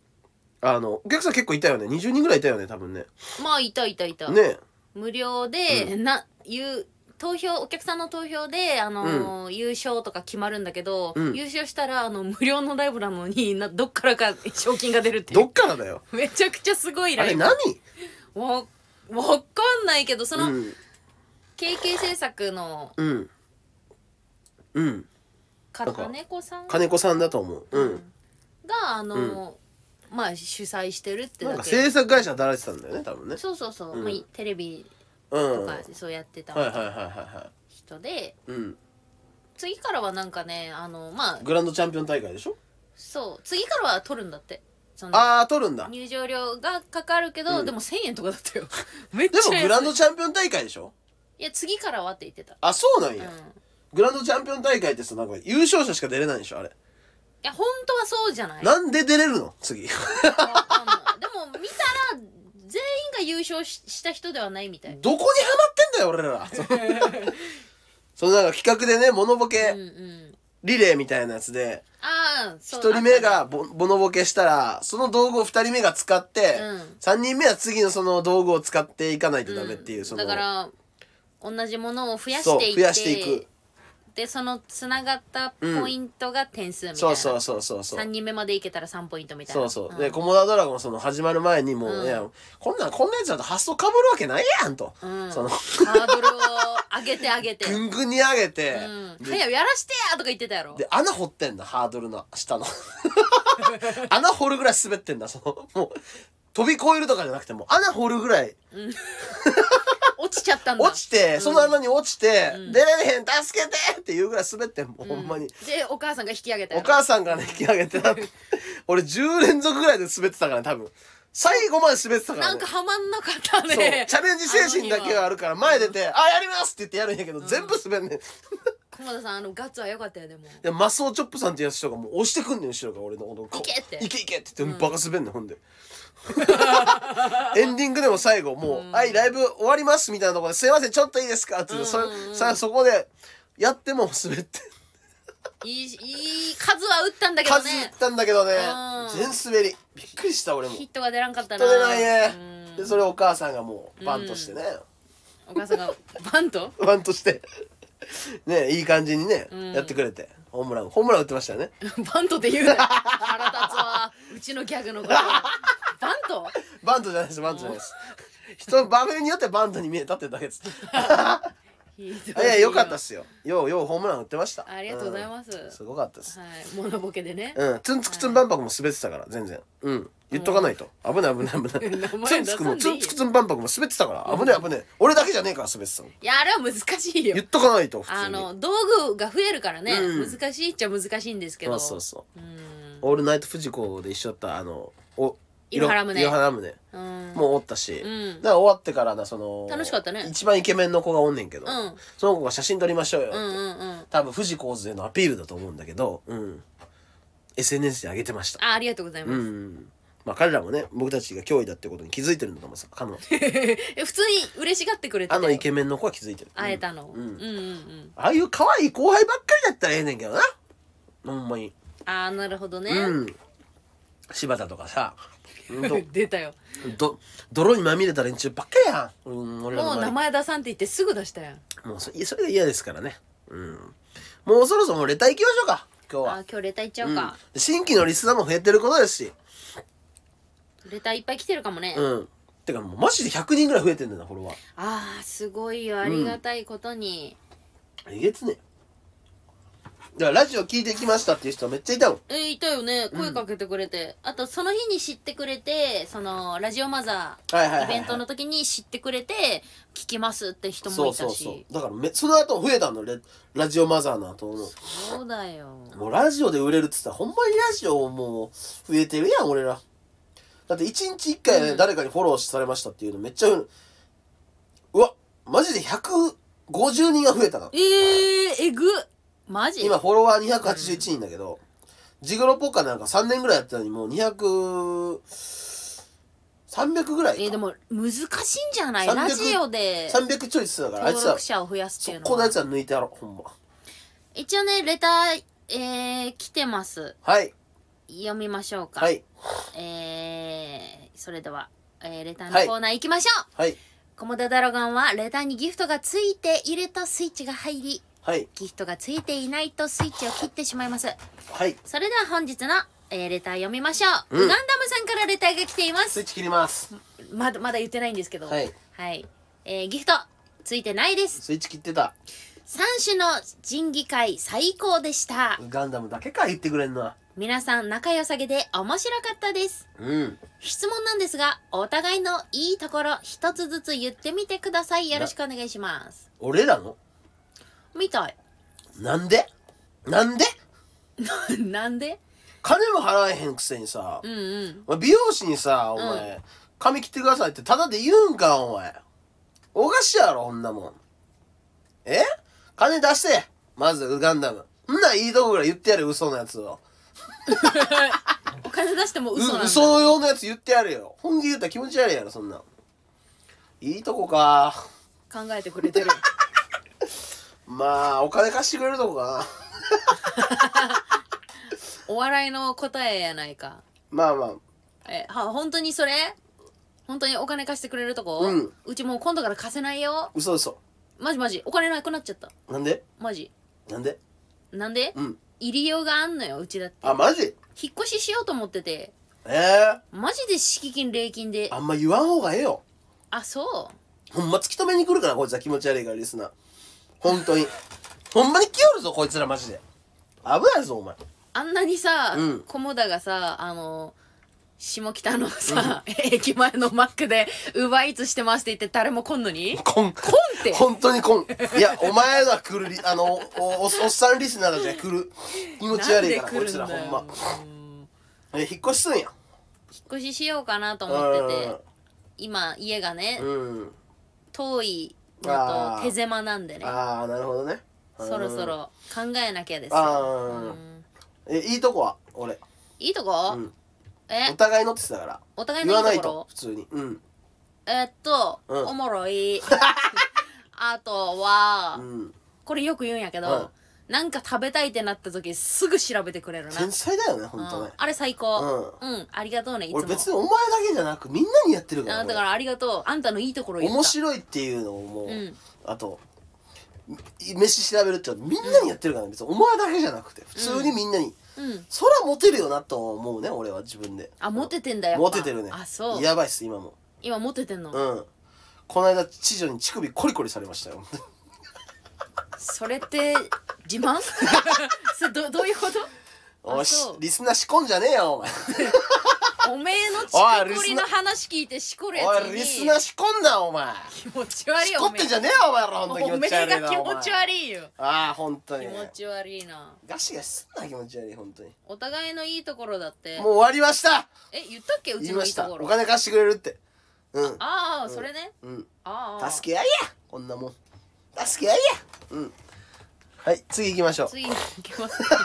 あの、お客さん結構いたよね。20人ぐらいいたよね、多分ね。
まあいたいたいた
ね
無料で、ないう投票お客さんの投票で、あのー優勝とか決まるんだけど、
うん
優勝したらあの無料のライブなのになどっからか賞金が出るっていう
どっからだよ。
めちゃくちゃすごい
あ
ラ
れ
イブ
何
わわかんないけどそうの、
ん。
KK 制作の
うん。うん。
か
なんか
金子さんが
金子さんだと思う。うん。
あのー、まあ主催してるって
なん
だ
か
け
制作会社で働いてたんだよね、多分ね。
そうそうそう、
うん
まあテレビ
うん。
と
は
か
い
そうやって
はいはい
た
は
人で、
いはい。うん。
次からはなんかねあのまあ
グランドチャンピオン大会でしょ
そう次からは取るんだってその
あー、取るんだ。
入場料がかかるけど、
うん
でも1000円とかだったよ めっち
で
ゃ
も
安い
グランドチャンピオン大会でしょ
いや次からはって言ってた
あ、そうなん
うんい
や。グランドチャンピオン大会ってさ、なんか優勝者しか出れないでしょ、あれ。
や本当はそうじゃない
なんで出れるの次。
わかんないでも見たら全員が優勝しした人ではないみたい
どこにハマってんだよ、俺ら。 そのなんか企画でね、モノボ
う
ケ
んうん
リレーみたいなやつで、
ああそう
一人目
あ
がボモノボケしたら、その道具を二人目が使って
うん、
三人目は次のその道具を使っていかないと
とね
ダメっていう、
ん
そ
だ
の、
から同じものを増やし
そう
ていって
増やしていく。
でそのつながったポイントが点数みたいな、
そうそうそうそうそう
3。人目までいけたら3ポイントみたいな
そうそ
ん
う。で、コモダドラゴンその始まる前にもうね、
う
こんなん、こんなやつだと発想被るわけないやんと。
うん
その、
ハードルを上げて上げて
ぐんぐんに上げて、
うん、早くやらしてやとか言ってたやろ
で穴掘ってんだハードルの 下の穴掘るぐらい滑ってんだそのもう飛び越えるとかじゃなくてもう穴掘るぐらい
落ちちゃったんだ
落ちてその穴に落ちて「出れへん助けて!」っていうぐらい滑ってんもうほんまに
でお母さんが引き上げた
お
よ
母さんがね引き上 げて俺10連続ぐらいで滑ってたからね多分最後まで滑ってたから
な
ね
んかはまんなかった
そう
ね
チャレンジ精神だけはあるから前出て「あやります!」って言ってやるんやけど全部滑んねん
駒田さんあのガッツは良かったよでも
でマスオチョップさんってやつとかもう押してくんねん後ろが俺のことをこう
いけって
いけいけって言って、バカ滑んねんほんで エンディングでも最後もう「はいライブ終わります」みたいなところで「すいませんちょっといいですか」って言って、
うんうんうん
それさそこでやっても滑って
いいいい数は打ったんだけど
数い
ね
ったんだけどね
うん
全滑りびっくりした俺も
ヒッ
取
トが出らんかったな
れないね
うん
でそれをお母さんがもうバンとしてね、
お母さんがバント
バンとしてねいい感じにね、
ん
やってくれてホームランホームラン打ってましたよね
バントって言うな腹立つわうちのギャグのことバント
バントじゃないですバントじゃないです人の場面によってバントに見えたってだ けです
ひどい
いや良かったっすよようようホームラン打ってました
ありがとうござい
す、
ます、
うんすごかったです
はいモノボケでね
うんツンツクツンバンパクも滑ってたから全然うん言っとかないと危ない危ない危ない
名
ツ
前
ン
出
ツ
さ
ク
んでいい
も
よ
ツンツクツンバンパクも滑ってたから危ない危ない俺だけじゃねえから滑ってたの
いやあれは難しいよ
言っとかないと普通に
あの道具が増えるからね、
うん
難しいっちゃ難しいんですけ
そ
ど
うそうそう
うん
オールナイトフジコで一緒だったあのお
イロハラムネ
イロハラムネ
うん
もうおったし、
うん
だから終わってからなその
楽しかったね
一番イケメンの子がおんねんけど、
うん
その子が写真撮りましょうよって、
うんうんうん
多分富士コーズへのアピールだと思うんだけど、うん、SNS で上げてました
あありがとうございます、
うんまあ彼らもね僕たちが脅威だってことに気づいてるのかもさ かも
え普通に嬉しがってくれてた
あ
よ
のイケメンの子は気づいてる
会えたの、
うんうん
うんうんうん
ああいう可愛い後輩ばっかりだったらええねんけどなほんまに
ああなるほどね、
うん柴田とかさど
出たよ
ど 泥にまみれた連中ばっかりやん、うん、俺ら
もう
の周り
名前出さんって言ってすぐ出したやん
もうそそれが嫌ですからね。うん。もうそろそろもうレター行きましょうか。今日
あ
は
ー。今日レター行っちゃ
う
うんか、
新規のリスナーも増えてることですし、
レターいっぱい来てるかもね、
うんてかもうマジで100人ぐらい増えてんだよなフォロワー
ああすごいよありがたいことに、
えげつねだからラジオ聞いてきましたっていう人めっちゃいたもん
えーいたよね声かけてくれて、あとその日に知ってくれてそのラジオマザー、
はいはいはいはい
イベントの時に知ってくれて聞きますって人も
そ
いう
そ
た
う
しそう
そうだからめその後増えたのレラジオマザーの後の
だよ
もうラジオで売れるっつったらほんまにラジオもう増えてるやん俺らだって1日1回ね、誰かにフォローされましたっていうのめっちゃううわマジで150人が増えたな
えー、えぐマジ
今フォロワー281人だけど、ジグロポッカなんか3年ぐらいやってたのにもう200300ぐらい
えーで
か、
も難しいんじゃない
300
ラジオで
300ちょいっつってたからあい
登
つら
録者を増やすって
そ
いうの
この
は
やつは抜いてやろうほんま
一応ねレター、えー、来てます
はい
読みましょうか、
はい
えー、それでは、えー、レター
は
の
い
コーナー行きましょう、
はい
コモダダロガンはレターにギフトがついているとスイッチが入り
はい
ギフトがついていないとスイッチを切ってしまいます
はい
それでは本日の、えーレター読みましょう、
うん
ウガンダムさんからレターが来ていま
スイ
す
ッチ切ります
まだまだ言ってないんですけど
はい、
はいえーギフトついてないです
スイッチ切ってた
3種の人議会最高でした
ガンダムだけか言ってくれんな
皆さん仲良さげで面白かったです
うん
質問なんですがお互いのいいところ一つずつ言ってみてくださいよろしくお願いします
俺らの
みたい
なんでなんで
なんで
金も払えへんくせにさ
う、んうん
お前美容師にさお前、髪切ってくださいってタダで言うんかお前おかしいやろこんなもんえ金出してまずウガンダムんないいとこぐらい言ってやる嘘のやつを
お金出しても
う
嘘なんだ
嘘のようなやつ言ってやるよ本気言ったら気持ち悪いやろそんなんいいとこか
考えてくれてる
まあお金貸してくれるとこかな
お笑いの答えやないか
まあまあ
えは本当にそれ本当にお金貸してくれるとこ、
うん
ちもう今度から貸せないよ
嘘嘘
マジマジお金なくなっちゃった
なんで
マジ
なんで
なんで、
うん
入りようがあんのようちだって
あマジ
引っ越ししようと思ってて
ええ
マジで敷金礼金で
あんま言わん方がええよ
あそう
ほんま突き止めに来るからこいつは気持ち悪いからリスナーほんとにほんまに来よるぞこいつらマジで危ないぞお前
あんなにさ、
うん
コモダがさ、あの、下北のさ、 駅前のマックで、ウバイツしてますって言って誰も来んのに
こんこ
んって
ほんとにこんいやお前が来るリあのおおおっさんリスナーたちが来る気持ち悪いからこいつらほんま
うん
え引っ越しすんや
引っ越ししようかなと
う
思ってて
ん、
今家がね、
うん
遠い
あ
の
ー
と手狭なんでね、
ああなるほどね
そろそろ考えなきゃです
あ
よ。
ー
うん
えいいとこは俺
いいとこ、
うんお
え、
互いのって言ってたから
お互い
言わ
の
ない
い
い
とことろ
普通にうん
えっと、
うん
おもろ い。あとは、
うん
これよく言うんやけど、なんか食べたいってなった時すぐ調べてくれるな、
天才だよねほんと
うん
ね、
あれ最高うん、ありがとうねいつも
俺別にお前だけじゃなくみんなにやってるから
あ
ね
だからありがとうあんたのいいところ言った
面白いっていうのをもう、
うん
あとい飯調べるってみんなにやってるからね別にお前だけじゃなくて普通にみんなに、
うん
そらモテるよなと思うね俺は自分で
あモテてんだやっぱ
モテてるね
あそう
やばいっす今も
今モテてんの、
うんこの間知女に乳首コリコリされましたよ
それって自 慢それどどういうこ
おいし
そう
リスナー仕込んじゃねえよお前
とおめえの乳首の話聞いてしこるやつ
おい
に
リスナー仕込んなお前
気持ち悪い
仕
よ
込ってんじゃねえよお前らほんと気
お
持
め
ち
え
悪い
が
な
気
お前
持ち悪いよ
ああほんとに
気持ち悪いな
ガシガシすんな気持ち悪いほんとに
お互いのいいところだって
もう終わりました
え言ったっけう
言
ち
い
の
ま
いい
し
と
た
こ
お
ろ
金貸してくれるってうん
ああそれね、
うん
ああ
助け合いやこんなもん助け合いやうんはい次行きましょう
次行きます か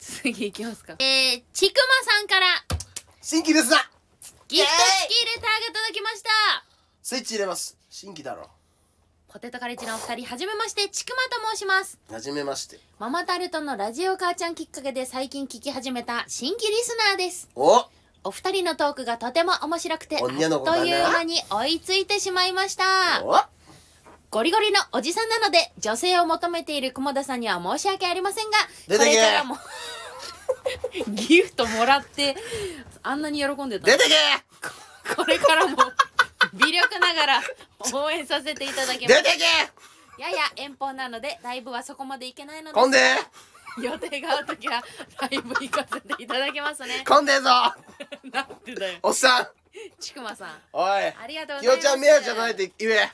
次行きますかえー、ちくまさんから
新規ですな
ギフト付きレターが届きました
スイッチ入れます新規だろ
ポテトカレッジのお二人はじめましてちくまと申します
はじめまして
ママタルトのラジオ母ちゃんきっかけで最近聞き始めた新規リスナーです
お
お二人のトークがとても面白くてあっと
女の子だな
いう間に追いついてしまいました
お
ゴリゴリのおじさんなので女性を求めている久保田さんには申し訳ありませんが
出てけ
これからも ギフトもらってあんなに喜んでた
出てけ
これからも微力ながら応援させていただき
出
ま
て
す
け
やや遠方なのでライブはそこまで行けないのです
こんで
予定がある時はライブ行かせていただきますね
こんでえぞ
なんてだよ
おっさん
ちくまさん
おい
ありがとうござい
き
ま
よ
す
ちゃんメアじゃないって言え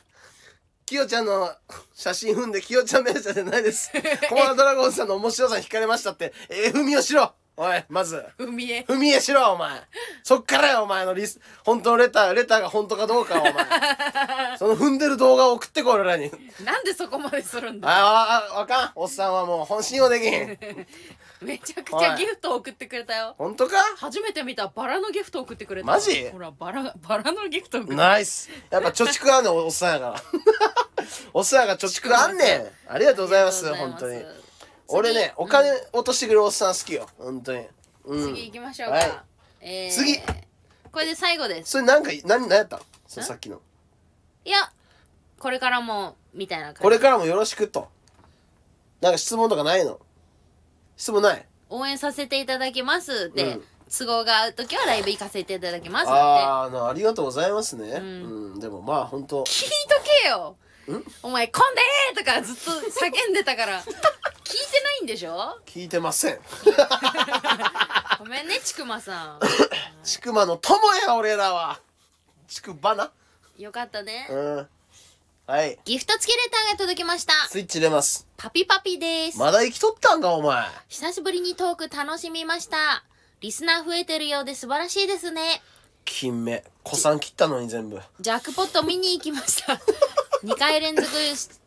きよちゃんの 写真踏んできよちゃんメアじゃないですコマラドラゴンズさんの面白さに惹かれましたってえー踏みをしろおいまず
海へ
踏み絵しろお前そっからよお前のリス本当のレターレターが本当かどうかお 前その踏んでる動画を送ってこい俺らに
なんでそこまでするんだ
ああああかんおっさんはもう本心をできへん
めちゃくちゃギフト送ってくれたよ
本当か
初めて見たバラのギフト送ってくれた
マジ
ほらバラバラのギフト送って
ナイスやっぱ貯蓄あんねんおおっさんやから おっさんやから貯蓄あんねんありがとうございます本当に俺ねお金落としてくるおっさん好きよ本当にうん
次行きましょうか、
はい
えー
次
これで最後です
それなんか何何やったのそのさっきの
いやこれからもみたいな感じ
これからもよろしくとなんか質問とかないの質問ない
応援させていただきますで、
うん
都合が合う時はライブ行かせていただきますって
ああなありがとうございますね、うん
ん
でもまあ本当
聞いとけよお前「こんでー!」とかずっと叫んでたから 聞いてないんでしょ
聞いてません
ごめんねちくまさ
ちくまの友や俺らはちくばなん
よかったね、
うんはい
ギフト付きレターが届きました
スイッチ入れます
パピパピです
まだ生きとったんかお前
久しぶりにトーク楽しみましたリスナー増えてるようで素晴らしいですね
金目子さん切ったのに全部
ジャックポット見に行きました 2回連続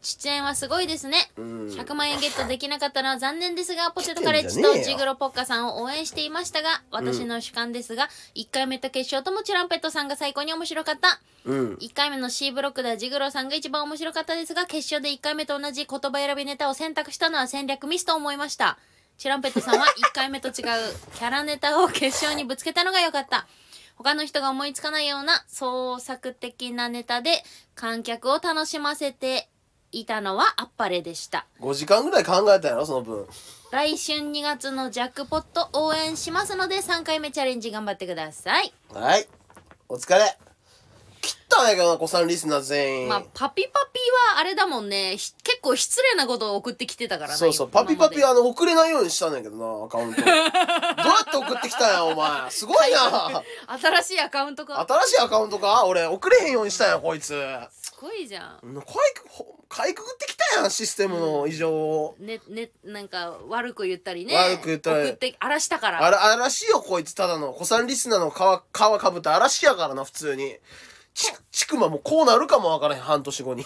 出演はすごいですね
ん
100万円ゲットできなかったのは残念ですがポテトカレッジと
来てんじゃねえ
ジ
よ
グロポッカさんを応援していましたが私の主観ですが1回目と決勝ともチュランペットさんが最高に面白かった
うん
1回目の C ブロックではジグロさんが一番面白かったですが決勝で1回目と同じ言葉選びネタを選択したのは戦略ミスと思いましたチュランペットさんは1回目と違うキャラネタを決勝にぶつけたのが良かった他の人が思いつかないような創作的なネタで観客を楽しませていたのはあっぱれでした
5時間ぐらい考えたやろその分
来春2月のジャックポット応援しますので3回目チャレンジ頑張ってください
はいお疲れ切ったんやけどな子さんリスナー全員、
まあ、パピパピはあれだもんね。ひ結構失礼なことを送ってきてたからね。
そうそう
今
パ
まで
ピパピあの送れないようにしたんやけどなアカ ウントどうやって送ってきたんやお前すごいな
新しいアカウントが。
新しいアカウントか俺送れへんようにしたんやこいつ
すごいじゃん。
かいくほかいくぐってきたやんシステムの異常を、
ね、ね、なんか、悪く言ったりね。
悪く言ったり
送って、荒らしたから。
あら嵐よこいつただの子さんリスナーの皮皮かぶって嵐やからな普通にちちくまもこうなるかもわからへん半年後に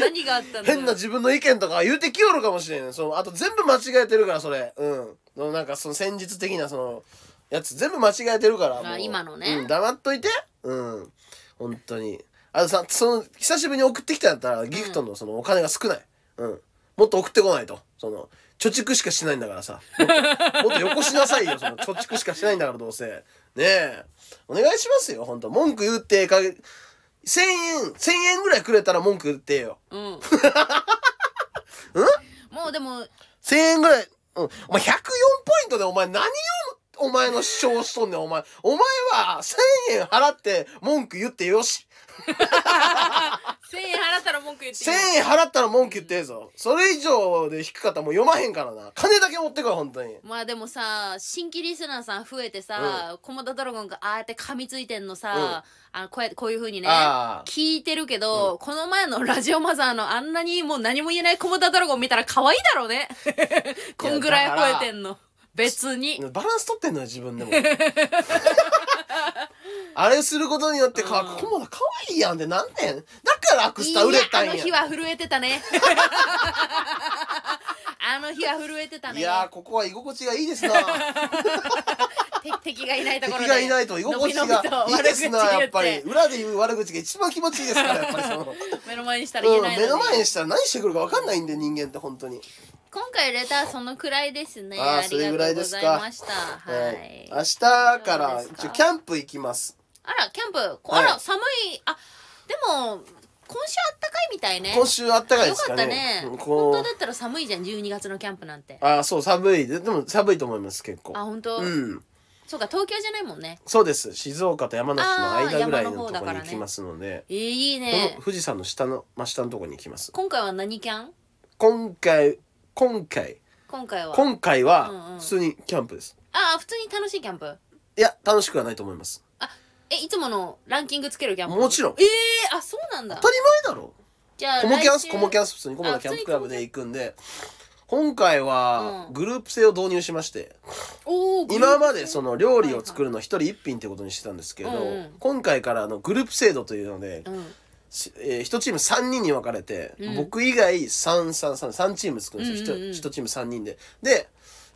何があったんだろう
変な自分の意見とか言うてきよるかもしれんそのあと全部間違えてるからそれうんのなんかその戦術的なそのやつ全部間違えてるからもう
今のね
うん、黙っといてうん本当にあとさその久しぶりに送ってきたんやったらギフトのそのお金が少ないうんもっと送ってこないとその貯蓄しかしないんだからさもっともっとよこしなさいよその貯蓄しかしないんだからどうせねえお願いしますよ本当文句言ってかげ1000円1000円ぐらいくれたら文句言ってよ
うん。もうでも、
1000円ぐらい、うん、お前104ポイントでお前何をお前の主張しとんねんお前お前は1000円払って文句言ってよし
1000円払ったら文句言ってい
1000
い。
円払ったら文句言ってええぞそれ以上で低かったらもう読まへんからな金だけ持ってこい本当に
まあでもさ、新規リスナーさん増えてさ、コモダドラゴンがああやって噛みついてんのさ、あのこうやってこういう風にね、
あー
聞いてるけど、この前のラジオマザーのあんなにもう何も言えないコモダドラゴン見たら可愛いだろう ね。こんぐらい吠えてんの。別に。
バランス取ってんのよ自分 でもあれすることによってか、
うん
こもだ可愛いやんってなんねんだからアクスタ売れたんや
いいねあの日は震えてた ね。あの日は震えてたね。
いやーここは居心地がいいですな
て敵がいないところで。
敵がいないと居心地がいいですなやっぱり裏で言う悪口が一番気持ちいいですからやっぱりその、
目の前にしたら言
う
え
ん、
ない
目の前に
に
したら何してくるか分かんないんで人間って本当に
今回レターそのくらいですね。
あー
ありがとうございま
それぐらい
し
です
た。はい。
明日から
そうですか
一応キャンプ行きます
あら、キャンプ、
はい
あら、寒い、あ、でも、今週あったかいみたいね
今週あったかい
よ
です
か
か
ったね
ねうん
本
こ
当だったら寒いじゃん12月のキャンプなんて
うあそう寒いででも寒いと思います結構
あ本当、
うん
そうか東京じゃないもんね
そうです静岡と山梨の
あー
間ぐらいの
山の方
と
だ
こ
か
ろに
ら
行
ね
きますので
えー、いい
こ
ね
の富士山の下の真下のところに行きます
今回は何キャン
今回今回
今回は
今回
うんう
は
ん
普通にキャンプです
ああ普通に楽しいキャンプ
いや楽しくはないと思います
えいつものランキングつけるキャンプ
もちろん
ええー、あそうなんだ
当たり前だろ
じゃあ
コモキャン
来
ス
週
コモキャンス普通にコモのキャンプクラブで行くんで今回は
うん
グループ制を導入しまして、
おー
今までその料理を作るの一人一品ってことにしてたんですけど、
うんうん
今回からあのグループ制度というので、
うん
しえ1チーム3人に分かれて、
うん
僕以外3333チーム作るんですよ、
うんうんうん
1, チーム3人でで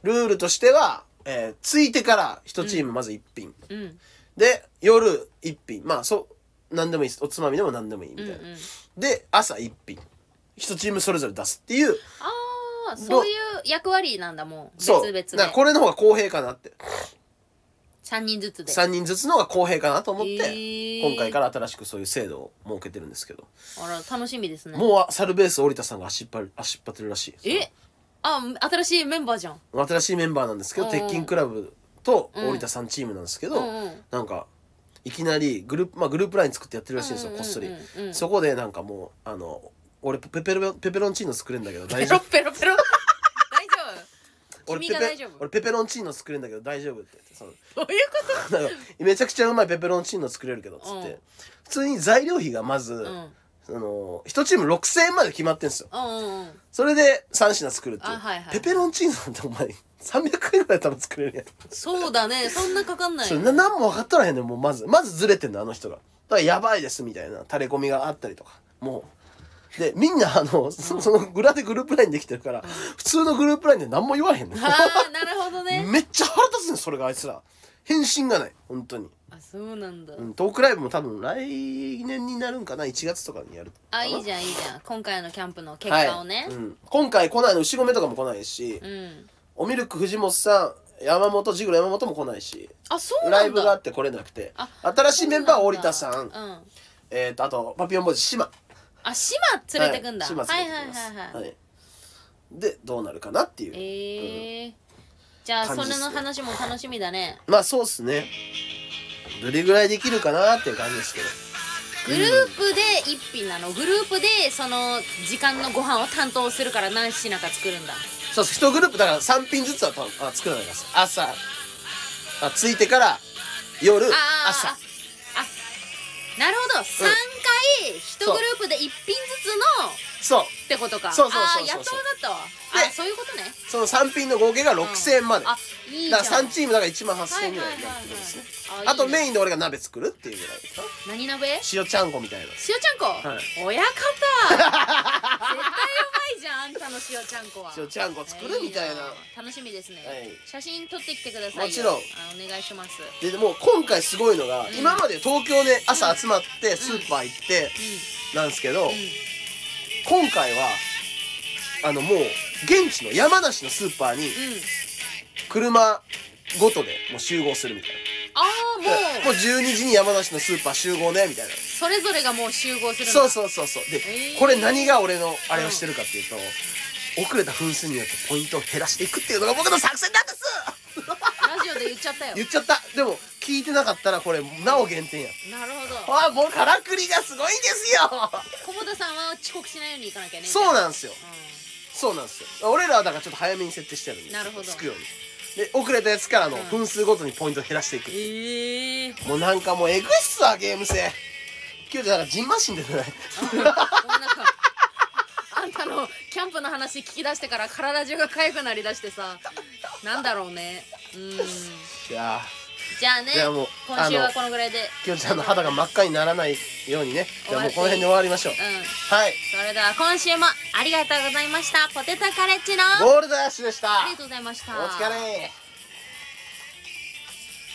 ルールとしては、えーついてから1チームまず1品、
うん
で夜1品まあそう何でもいいですおつまみでも何でもいいみたいな、
うんうん
で朝1品1チームそれぞれ出すっていう
ああそういう役割なんだもう別
そう
々で
だからこれの方が公平かなって
3人ずつで
3人ずつの方が公平かなと思って、
えー
今回から新しくそういう制度を設けてるんですけど、
あら楽しみですね
もうサルベース織田さんが足引っ張る足引っ張ってるらしい
えあ新しいメンバーじゃん
新しいメンバーなんですけど、
うんうん
鉄筋クラブと織田さんチームなんですけど、
うんうん
なんかいきなりグループ、まあ、グループライン作ってやってるらしいんですよ、こっそり、
うんうんうんうん
そこでなんかもうあの俺ペペロペペロンチーノ作れんだけど
ペ
大丈
ロ
夫
ペロペ ロ大丈
俺
君
ペ
が大
ペ
丈夫
俺ペペロンチーノ作れんだけど大丈夫って言ってその
夫どういうこと
なんか めちゃくちゃうまいペペロンチーノ作れるけどっつって、
うん
普通に材料費がまず、
うん
その1チーム6,000円まで決まってんすよ
うんうんうん
それで3品作るっていう、
あはいはい
ペペロンチーノなんてお前300円ぐらい多分作れるやん
そうだねそんなかかんない
それな何も分かっとらへんねんもうまずまずずれてんのあの人がだからやばいですみたいな垂れ込みがあったりとかもうでみんなあのそその裏でグループラインできてるから、普通のグループラインで何も言わへんねん
ああなるほどね
めっちゃ腹立つねんそれがあいつら返信がない本当に、
あそうなんだ
うん、トークライブも多分来年になるんかな1月とかにやる
あいいじゃんいいじゃん今回のキャンプの結果をね
はいうん、今回来ないの牛込とかも来ないし、
うん
おミルク藤本さん山本ジグロ山本も来ないし
あそうなんだ
ライブがあって来れなくて
あ
新しいメンバーは織田
そう
さ
なんだうん
えー、とあとパピオンボーイズ島
あ島連れてくんだ
はい、
は
島連
い
れ
は
て
い
きます
はいはい
はいでどうなるかなっていう、
ええじゃあ
感
そ
じっす
れ
ね
の話も楽しみだね
まあそうっすねどれぐらいできるかなっていう感じですけど
グループで一品なのグループでその時間のご飯を担当するから何品か作るんだ
そうそう1グループだから3品ずつは多分あ作らないです朝あ着いてから夜
あー
朝
あなるほど3回1グループで1品ずつの
そう
ってことか
そうそうそうそう
あーやっと分かったわ
で
あそういうことね
その3品の合計が6000円まで、
あいいじゃ
だ
ん
から3チームだから1万
は
8000
いはい
円ぐ
は
らい
い
になってくるんですね、
はい
あとメ
ン
インで俺が鍋作るっていうぐらいですか
何鍋
塩ちゃんこみたいな
塩ちゃんこ、
はい
親方絶対うまいじゃんあんたの塩ちゃんこは
塩ちゃんこ作るみたいな、
楽しみですね、
はい
写真撮ってきてくださいよ
もちろん
あお願いします
ででも今回すごいのが、
ん
今まで東京で朝集まってスーパー行って
う
なんですけど、
んうん
今回はあのもう現地の山梨のスーパーに
うん
車ごとでもう集合するみたい
ああ
な、
もう
もう12時に山梨のスーパー集合ねみたいな
それぞれがもう集合するんだ
そうそうそうそうで、
えー
これ何が俺のあれをしてるかっていうと、遅れた分数によってポイントを減らしていくっていうのが僕の作戦なんです
ラジオで言っちゃったよ
言っちゃったでも聞いてなかったらこれなお減点や
なるほど
わあもうからくりがすごいんですよ
小本さんは遅刻しないように行かなきゃね
そう
な、
なんですよそうなんですよ俺らはだからちょっと早めに設定してあるんですよ
なるほど
つくようにで遅れたやつからの
うん
分数ごとにポイントを減らしていく
うん、、ええー、
もうなんかもうエグいっすわゲーム性今日じゃなんかジンマシン出てない
ごめんなさいあんたのキャンプの話聞き出してから体中が痒くなりだしてさなんだろうねうん
いや
じゃあね
じゃあもう
今週
あ
は
の
このぐらいで
ー今日じゃあの肌が真っ赤にならないようにねじゃあもうこの辺で終わりましょう
うん
はい
それでは今週もありがとうございましたポテトカレッジのあ
ゴールドアッシュでした
りがとうございました
お疲れ